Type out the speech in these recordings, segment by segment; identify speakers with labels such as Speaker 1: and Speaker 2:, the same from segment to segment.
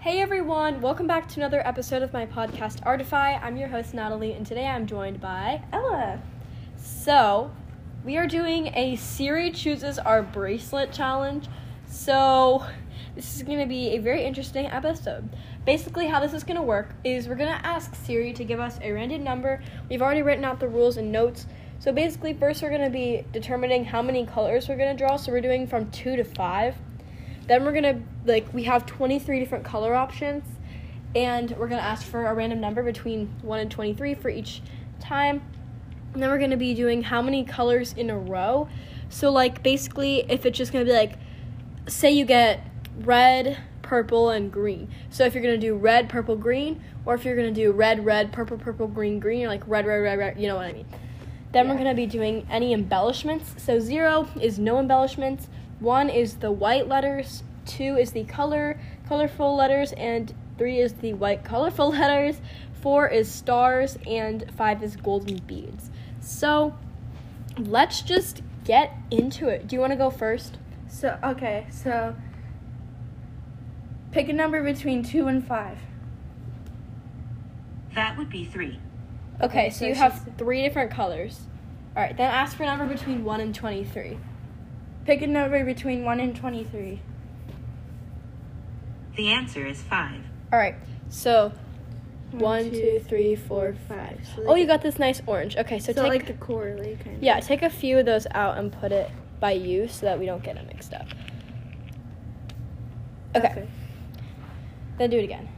Speaker 1: Hey everyone, welcome back to another episode of my podcast Artify. I'm your host Natalie, and today I'm joined by
Speaker 2: Ella.
Speaker 1: So, we are doing a Siri chooses our bracelet challenge. So, this is going to be a very interesting episode. Basically, how this is going to work is we're going to ask Siri to give us a random number. We've already written out the rules and notes. So, basically, first we're going to be determining how many colors we're going to draw. So, we're doing from 2 to 5. Then we're gonna like we have 23 different color options, and we're gonna ask for a random number between one and 23 for each time. And then we're gonna be doing how many colors in a row. So like basically, if it's just gonna be like, say you get red, purple, and green. So if you're gonna do red, purple, green, or if you're gonna do red, red, purple, purple, green, green, or like red, red, red, red. You know what I mean. Then we're
Speaker 2: Yeah.
Speaker 1: going to be doing any embellishments. So, zero is no embellishments, one is the white letters, two is the color, colorful letters, and three is the white, colorful letters, four is stars, and five is golden beads. So, let's just get into it. Do you want to go first?
Speaker 2: So okay, so pick a number between two and five.
Speaker 3: That would be three.
Speaker 1: Okay,
Speaker 2: Okay,
Speaker 1: so
Speaker 2: so
Speaker 1: you
Speaker 2: she
Speaker 1: have
Speaker 2: s-
Speaker 1: three different colors. All right, then ask for a number between 1 and 23.
Speaker 2: Pick a number between one and twenty-three.
Speaker 3: The answer is five.
Speaker 1: All right, so
Speaker 2: One,
Speaker 1: One, two, three, four,
Speaker 2: five.
Speaker 1: Oh, you got this nice orange. Okay, so,
Speaker 2: so
Speaker 1: take
Speaker 2: like the quarterly kind. of.
Speaker 1: yeah, take a few of those out and put it by you so that we don't get it mixed up. Okay, then do it again.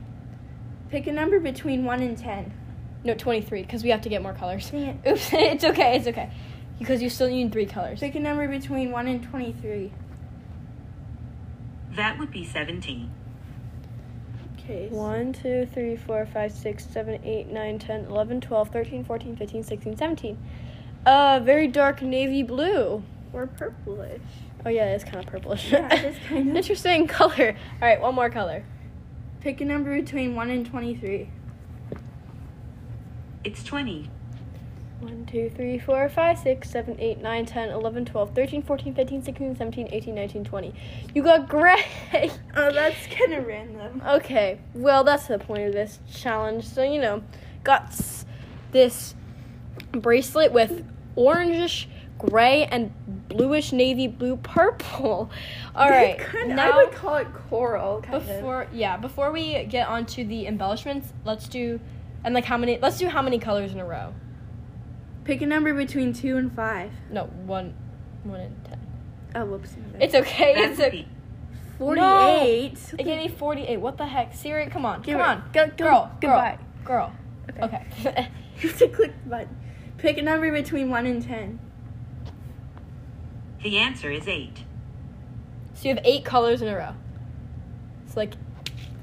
Speaker 2: Pick a number between one and ten.
Speaker 1: No, twenty three because we have to get more colors.
Speaker 2: Dang it.
Speaker 1: Oops, it's okay, it's okay, because you still need three colors.
Speaker 2: Pick a number between one and twenty-three.
Speaker 3: That would be 17.
Speaker 2: Okay.
Speaker 1: One, two, three, four, five, six, seven, eight, nine, ten, eleven, twelve, thirteen, fourteen, fifteen, sixteen, seventeen. Uh, very dark navy blue.
Speaker 2: Or purplish.
Speaker 1: Oh yeah, it's kind of purplish.
Speaker 2: Yeah, it is kind of.
Speaker 1: Interesting color. All right, one more color.
Speaker 2: Pick a number between one and twenty-three.
Speaker 3: It's 20.
Speaker 1: 1, 2, 3, 4, 5, 6, 7, 8, 9, 10, 11, 12, 13, 14, 15, 16, 17, 18, 19, 20. You got gray!
Speaker 2: Oh, that's kind of random.
Speaker 1: Okay, well, that's the point of this challenge. So, you know, got s- this bracelet with orangish, gray, and bluish navy blue purple. All right,
Speaker 2: Kind of-
Speaker 1: now.
Speaker 2: I would call it coral. Kind of.
Speaker 1: Before yeah, before we get onto the embellishments, let's do and like how many let's do how many colors in a row.
Speaker 2: Pick a number between two and five.
Speaker 1: No, one one and ten.
Speaker 2: Oh, whoops. my bad.
Speaker 1: It's okay.
Speaker 3: That
Speaker 1: It's
Speaker 3: would
Speaker 1: okay.
Speaker 3: be,
Speaker 2: Forty-eight.
Speaker 1: It gave me 48. What the heck? Siri, come on.
Speaker 2: Give
Speaker 1: come
Speaker 2: it-
Speaker 1: on.
Speaker 2: go- go-
Speaker 1: girl,
Speaker 2: goodbye.
Speaker 1: Girl. Girl. Okay.
Speaker 2: You have to click the button. Pick a number between one and ten.
Speaker 3: the answer is eight.
Speaker 1: so you have eight colors in a row. It's like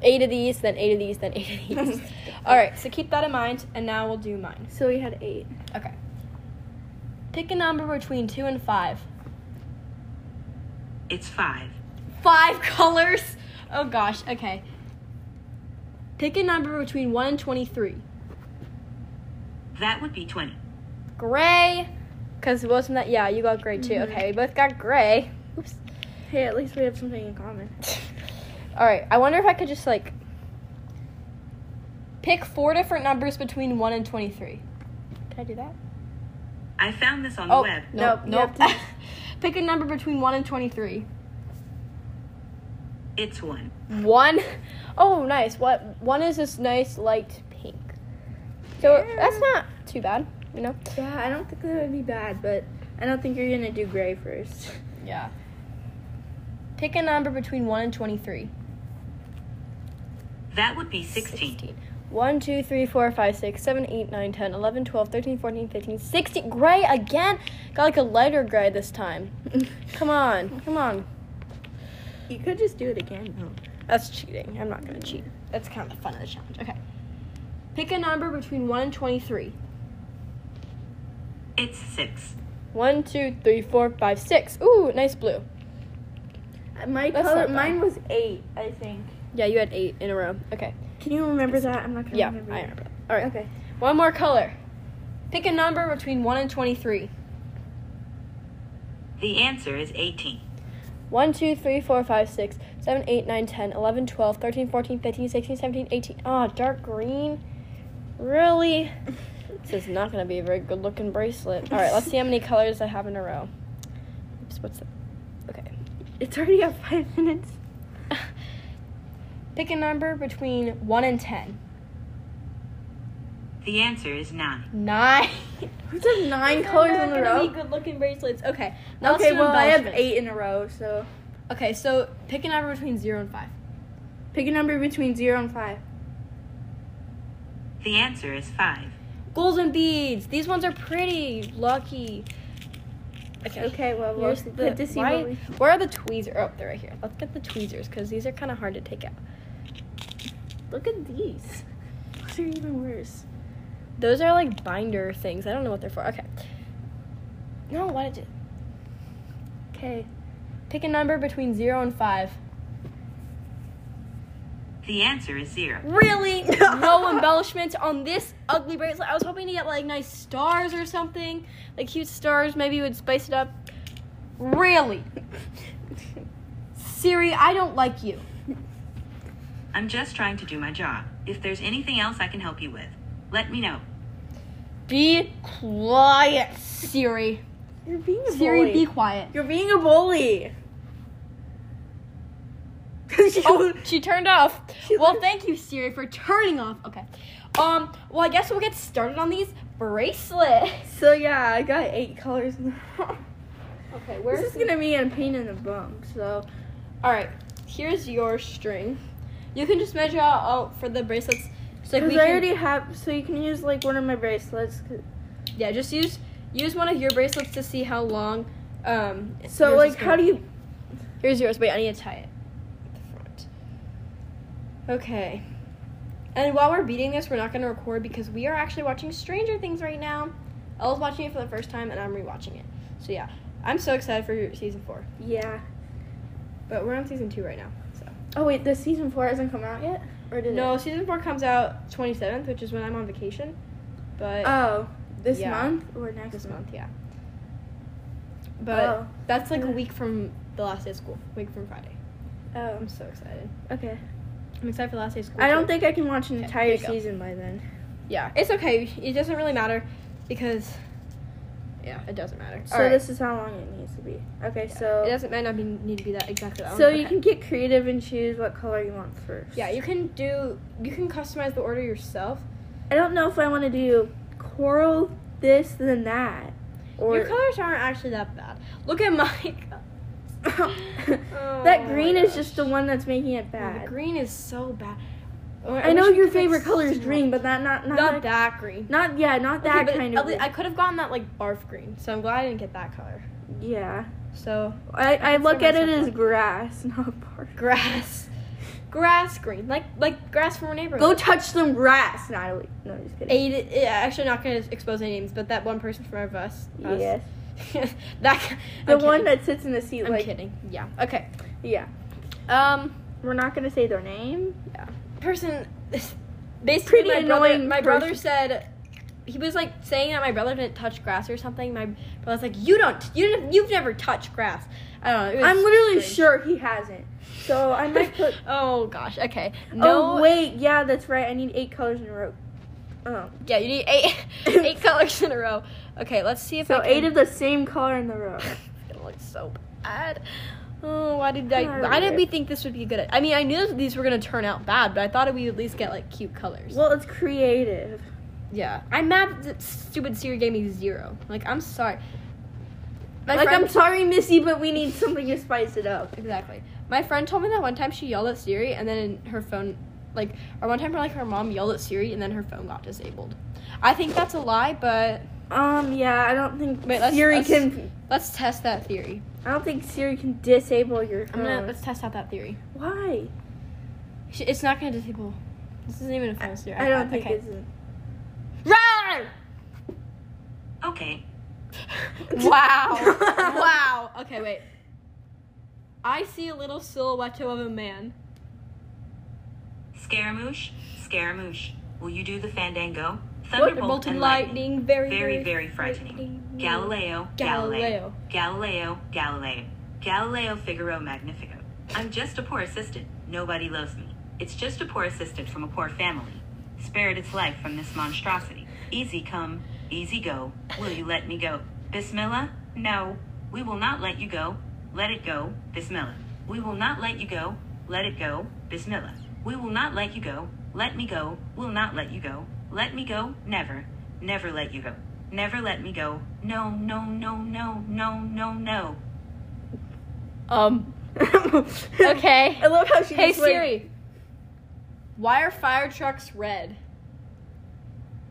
Speaker 1: eight of these, then eight of these, then eight of these. All right, so keep that in mind, and now we'll do mine.
Speaker 2: So we had eight.
Speaker 1: Okay. Pick a number between two and five.
Speaker 3: It's five.
Speaker 1: Five colors? Oh gosh, okay. Pick a number between 1 and 23.
Speaker 3: That would be 20.
Speaker 1: Gray. Because wasn't that. Yeah, you got gray too.
Speaker 2: Mhm.
Speaker 1: Okay, we both got gray. Oops.
Speaker 2: Hey, at least we have something in common.
Speaker 1: All right. I wonder if I could just like pick four different numbers between one and twenty-three. Can I do that?
Speaker 3: I found this on
Speaker 1: Oh
Speaker 3: the web.
Speaker 1: no,
Speaker 2: Nope, you
Speaker 1: nope.
Speaker 2: have to-
Speaker 1: pick a number between one and twenty-three.
Speaker 3: It's one.
Speaker 1: One. Oh, nice. What? One is this nice light pink. So that's not too bad, you know.
Speaker 2: Yeah, I don't think that would be bad, but I don't think you're gonna do gray first.
Speaker 1: Yeah. Pick a number between one and twenty-three.
Speaker 3: That would be 16.
Speaker 1: 1, 2, 3, 4, 5, 6, 7, 8, 9, 10, 11, 12, 13, 14, 15, 16. Gray again? Got like a lighter gray this time. Come on, come on.
Speaker 2: You could just do it again. though.
Speaker 1: That's cheating. I'm not gonna cheat. That's kind of the fun of the challenge. Okay. Pick a number between 1 and 23.
Speaker 3: It's six.
Speaker 1: 1, 2, 3, 4, 5, 6. Ooh, nice blue.
Speaker 2: Uh, My
Speaker 1: That's
Speaker 2: color,
Speaker 1: not bad.
Speaker 2: mine was eight, I think.
Speaker 1: Yeah, you had 8 in a row. Okay.
Speaker 2: Can you remember that? I'm not gonna
Speaker 1: Yeah,
Speaker 2: remember.
Speaker 1: I
Speaker 2: it.
Speaker 1: remember. that. Alright.
Speaker 2: Okay.
Speaker 1: One more color. Pick a number between 1 and 23.
Speaker 3: The answer is 18.
Speaker 1: 1, 2, 3, 4, 5, 6, 7, 8, 9, 10, 11, 12, 13, 14, 15, 16, 17, 18. Ah, dark green. Really? This is not going to be a very good looking bracelet. All right, let's see how many colors I have in a row. Oops, what's that? Okay.
Speaker 2: It's already at five minutes.
Speaker 1: Pick a number between 1 and 10.
Speaker 3: The answer is 9.
Speaker 1: Nine.
Speaker 2: What's that, nine colors in a row?
Speaker 1: good looking bracelets. Okay. Now let's
Speaker 2: okay,
Speaker 1: do
Speaker 2: well, I have
Speaker 1: embellishments.
Speaker 2: eight in a row, so
Speaker 1: Okay, so pick a number between 0 and 5.
Speaker 2: pick a number between zero and five.
Speaker 3: The answer is 5.
Speaker 1: Golden beads. These ones are pretty. Lucky.
Speaker 2: Okay, well, we'll
Speaker 1: Here's
Speaker 2: see-
Speaker 1: the,
Speaker 2: good to see
Speaker 1: why-
Speaker 2: what we-
Speaker 1: where are the tweezers? Oh, they're right here. Let's get the tweezers because these are kind of hard to take out.
Speaker 2: Look at these. Those are even worse.
Speaker 1: Those are like binder things. I don't know what they're for. Okay. No, why did you
Speaker 2: Okay,
Speaker 1: pick a number between zero and five?
Speaker 3: The answer is 0.
Speaker 1: Really? no embellishments on this ugly bracelet. I was hoping to get like nice stars or something, like cute stars. Maybe it would spice it up. Really, Siri, I don't like you.
Speaker 3: I'm just trying to do my job. If there's anything else I can help you with, let me know.
Speaker 1: Be quiet, Siri.
Speaker 2: you're being a
Speaker 1: Siri,
Speaker 2: bully.
Speaker 1: be quiet.
Speaker 2: you're being a bully. You-
Speaker 1: Oh, she turned off.
Speaker 2: She
Speaker 1: Well,
Speaker 2: left.
Speaker 1: thank you, Siri, for turning off. Okay. Um. Well, I guess we'll get started on these bracelets.
Speaker 2: So yeah, I got eight colors. in a row.
Speaker 1: Okay.
Speaker 2: this is gonna be a pain in the bum. So
Speaker 1: All right. Here's your string. You can just measure out out for the bracelets. So like
Speaker 2: because
Speaker 1: we
Speaker 2: I
Speaker 1: can-
Speaker 2: already have, so you can use like one of my bracelets. 'cause-
Speaker 1: yeah. Just use use one of your bracelets to see how long. Um.
Speaker 2: So
Speaker 1: yours is
Speaker 2: like, how
Speaker 1: gonna
Speaker 2: do
Speaker 1: be.
Speaker 2: you?
Speaker 1: Here's yours. Wait, I need to tie it. at the front. Okay. And while we're beating this, we're not going to record because we are actually watching Stranger Things right now. Elle's watching it for the first time, and I'm rewatching it. So yeah, I'm so excited for season four.
Speaker 2: Yeah.
Speaker 1: But we're on season two right now. So
Speaker 2: Oh wait, the season four hasn't come out yet, or did
Speaker 1: no,
Speaker 2: it?
Speaker 1: season four comes out 27th, which is when I'm on vacation. But
Speaker 2: Oh, this
Speaker 1: Yeah.
Speaker 2: month or next
Speaker 1: this
Speaker 2: month?
Speaker 1: month, yeah. But
Speaker 2: Oh.
Speaker 1: that's like a week from the last day of school, week from Friday.
Speaker 2: Oh,
Speaker 1: I'm so excited.
Speaker 2: okay.
Speaker 1: I'm excited for the last day of school.
Speaker 2: I
Speaker 1: too.
Speaker 2: don't think I can watch an
Speaker 1: Okay,
Speaker 2: entire
Speaker 1: there you go.
Speaker 2: season by then.
Speaker 1: Yeah, it's okay. It doesn't really matter because, yeah, it doesn't matter.
Speaker 2: So this is how long it needs to be. Okay, so
Speaker 1: it doesn't might not be, need to be that exactly. That
Speaker 2: so
Speaker 1: long,
Speaker 2: you
Speaker 1: okay.
Speaker 2: can get creative and choose what color you want first.
Speaker 1: Yeah, you can do. You can customize the order yourself.
Speaker 2: I don't know if I want to do coral, this, then that, or
Speaker 1: Your colors aren't actually that bad. Look at my. co-
Speaker 2: that
Speaker 1: Oh my
Speaker 2: green is
Speaker 1: gosh.
Speaker 2: just the one that's making it
Speaker 1: Oh,
Speaker 2: bad.
Speaker 1: the green is so bad. Oh,
Speaker 2: I,
Speaker 1: wish
Speaker 2: know
Speaker 1: we
Speaker 2: your
Speaker 1: could, like,
Speaker 2: favorite color is
Speaker 1: swap.
Speaker 2: green, but not not not,
Speaker 1: not
Speaker 2: like-
Speaker 1: that green.
Speaker 2: Not yeah, not
Speaker 1: Okay,
Speaker 2: that
Speaker 1: but
Speaker 2: kind
Speaker 1: at
Speaker 2: of.
Speaker 1: lea-
Speaker 2: green.
Speaker 1: I could have gotten that like barf green, so I'm glad I didn't get that color.
Speaker 2: yeah,
Speaker 1: So
Speaker 2: I, I,
Speaker 1: can
Speaker 2: look
Speaker 1: see
Speaker 2: at it
Speaker 1: myself
Speaker 2: as
Speaker 1: like-
Speaker 2: grass, not bark.
Speaker 1: grass, grass green, like like grass from our neighborhood.
Speaker 2: Go touch some grass, Natalie. e-, No, I'm just kidding.
Speaker 1: Aiden, yeah, actually not gonna expose any names, but that one person from our bus. us.
Speaker 2: Yes,
Speaker 1: that g-
Speaker 2: the
Speaker 1: I'm
Speaker 2: one
Speaker 1: kidding.
Speaker 2: that sits in the seat.
Speaker 1: I'm
Speaker 2: like
Speaker 1: kidding. Yeah. Okay.
Speaker 2: yeah,
Speaker 1: Um,
Speaker 2: we're not gonna say their name.
Speaker 1: person. Basically,
Speaker 2: Pretty
Speaker 1: my brother-
Speaker 2: annoying
Speaker 1: my brother
Speaker 2: person.
Speaker 1: said he was like saying that my brother didn't touch grass or something. My brother's like, you don't, you didn't, you've never touched grass. I don't know. It was
Speaker 2: I'm literally
Speaker 1: strange.
Speaker 2: sure he hasn't. So I might put.
Speaker 1: oh gosh. Okay.
Speaker 2: Oh wait, yeah, that's right. I need eight colors in a row. Oh,
Speaker 1: Yeah, you need eight eight colors in a row. Okay, let's see if I
Speaker 2: so
Speaker 1: can...
Speaker 2: eight of the same color in a row.
Speaker 1: It looks so bad. Oh, why did I?
Speaker 2: Alright.
Speaker 1: Why did we think this would be good? I mean, I knew these were gonna turn out bad, but I thought we would at least get like cute colors.
Speaker 2: Well, it's creative.
Speaker 1: yeah, I'm mad that stupid Siri gave me zero. Like, I'm sorry. My
Speaker 2: like
Speaker 1: friend,
Speaker 2: I'm sorry, Missy, but we need something to spice it up.
Speaker 1: exactly. My friend told me that one time she yelled at Siri, and then her phone, like, or one time like her mom yelled at Siri, and then her phone got disabled. I think that's a lie, but
Speaker 2: Um, yeah, I don't think
Speaker 1: Wait, let's-
Speaker 2: Siri
Speaker 1: let's-
Speaker 2: can.
Speaker 1: let's test that theory.
Speaker 2: I don't think Siri can disable your
Speaker 1: I'm
Speaker 2: phone.
Speaker 1: gonna let's test out that theory.
Speaker 2: Why?
Speaker 1: Sh- It's not gonna disable. This isn't even a phone, Siri.
Speaker 2: I don't think
Speaker 1: okay.
Speaker 2: it's.
Speaker 1: Run!
Speaker 3: Okay.
Speaker 1: Wow. wow. Okay, wait. I see a little silhouette of a man.
Speaker 3: Scaramouche, Scaramouche, will you do the fandango?
Speaker 1: Thunderbolt and lightning, very,
Speaker 3: Very, very frightening. Galileo, Galileo, Galileo, Galileo, Galileo, Galileo Figaro Magnifico. I'm just a poor assistant. Nobody loves me. It's just a poor assistant from a poor family. Spared its life from this monstrosity. Easy come, easy go. Will you let me go? Bismillah? No. We will not let you go. Let it go. Bismillah. We will not let you go. Let it go. Bismillah. We will not let you go. Let me go. Will not let you go. Let me go. Never. Never let you go. Never let me go. No, no, no, no, no, no, no.
Speaker 1: Um.
Speaker 2: okay. I love how she.
Speaker 1: Hey
Speaker 2: just, like-
Speaker 1: Siri. Why are fire trucks red?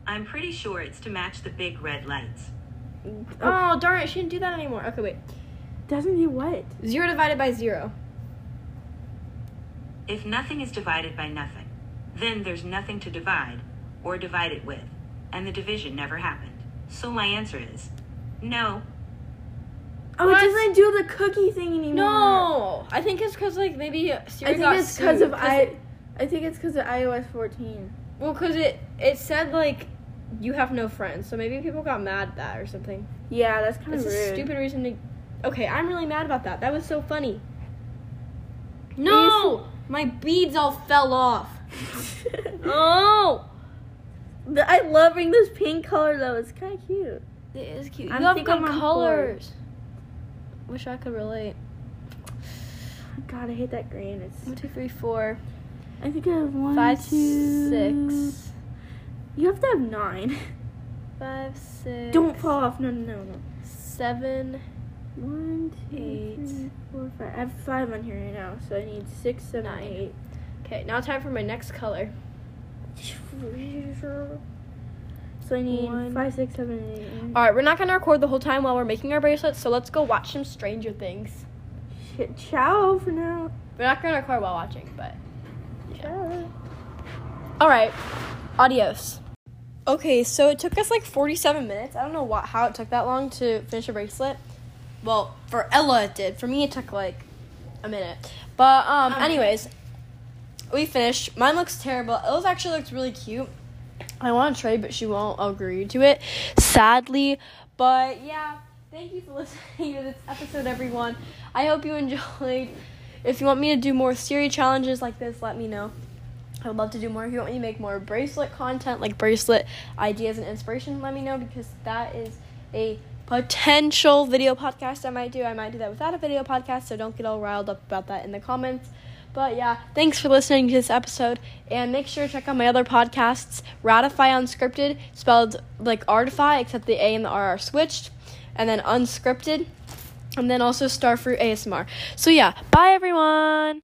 Speaker 3: I'm pretty sure it's to match the big red lights.
Speaker 1: Oh darn it! She didn't do that anymore. Okay, wait.
Speaker 2: Doesn't do what?
Speaker 1: Zero divided by zero.
Speaker 3: If nothing is divided by nothing, then there's nothing to divide or divide it with, and the division never happened. So my answer is no.
Speaker 2: Oh,
Speaker 1: What?
Speaker 2: it doesn't do the cookie thing anymore.
Speaker 1: No, I think it's because like maybe Siri
Speaker 2: I think
Speaker 1: got
Speaker 2: it's because of
Speaker 1: sued,
Speaker 2: I. I think it's because of iOS 14.
Speaker 1: Well, because it it said like you have no friends, so maybe people got mad at that or something.
Speaker 2: Yeah, that's kind
Speaker 1: That's
Speaker 2: of rude.
Speaker 1: a stupid reason to. Okay, I'm really mad about that. That was so funny.
Speaker 2: No!
Speaker 1: No, my beads all fell off. Oh,
Speaker 2: But I love wearing this pink color though. It's kind of cute.
Speaker 1: it is cute. You
Speaker 2: I'm
Speaker 1: have
Speaker 2: think
Speaker 1: good
Speaker 2: I'm on
Speaker 1: colors. Wish I could relate.
Speaker 2: God, I hate that green. It's.
Speaker 1: One, two, three, four,
Speaker 2: I think I have one,
Speaker 1: five,
Speaker 2: two-
Speaker 1: six,
Speaker 2: You have to have nine.
Speaker 1: five, six.
Speaker 2: Don't fall off. No, no, no, no.
Speaker 1: Seven.
Speaker 2: One, two,
Speaker 1: Eight.
Speaker 2: three, four, five. I have five on here right now, so I need six, seven,
Speaker 1: Nine.
Speaker 2: eight.
Speaker 1: Okay, now time for my next color.
Speaker 2: So I need
Speaker 1: One.
Speaker 2: five, six, seven, eight. nine.
Speaker 1: All right, we're not gonna record the whole time while we're making our bracelets, so let's go watch some Stranger Things.
Speaker 2: Shit, ciao for now.
Speaker 1: We're not gonna record while watching, but
Speaker 2: Ciao.
Speaker 1: all right, adios. Okay, so it took us like 47 minutes. I don't know what, how it took that long to finish a bracelet. Well, for Ella it did. For me, it took like a minute. But um,
Speaker 2: Um.
Speaker 1: anyways, we finished. Mine looks terrible. Ella's actually looks really cute. I want to trade, but she won't agree to it, sadly. But yeah, thank you for listening to this episode, everyone. I hope you enjoyed. If you want me to do more Siri challenges like this, let me know. I would love to do more. If you want me to make more bracelet content, like bracelet ideas and inspiration, let me know because that is a potential video podcast I might do. I might do that without a video podcast, so don't get all riled up about that in the comments. But yeah, thanks for listening to this episode, and make sure to check out my other podcasts, Ratify Unscripted, spelled like Artify, except the A and the R are switched, and then Unscripted, and then also Starfruit ASMR. So yeah, bye everyone.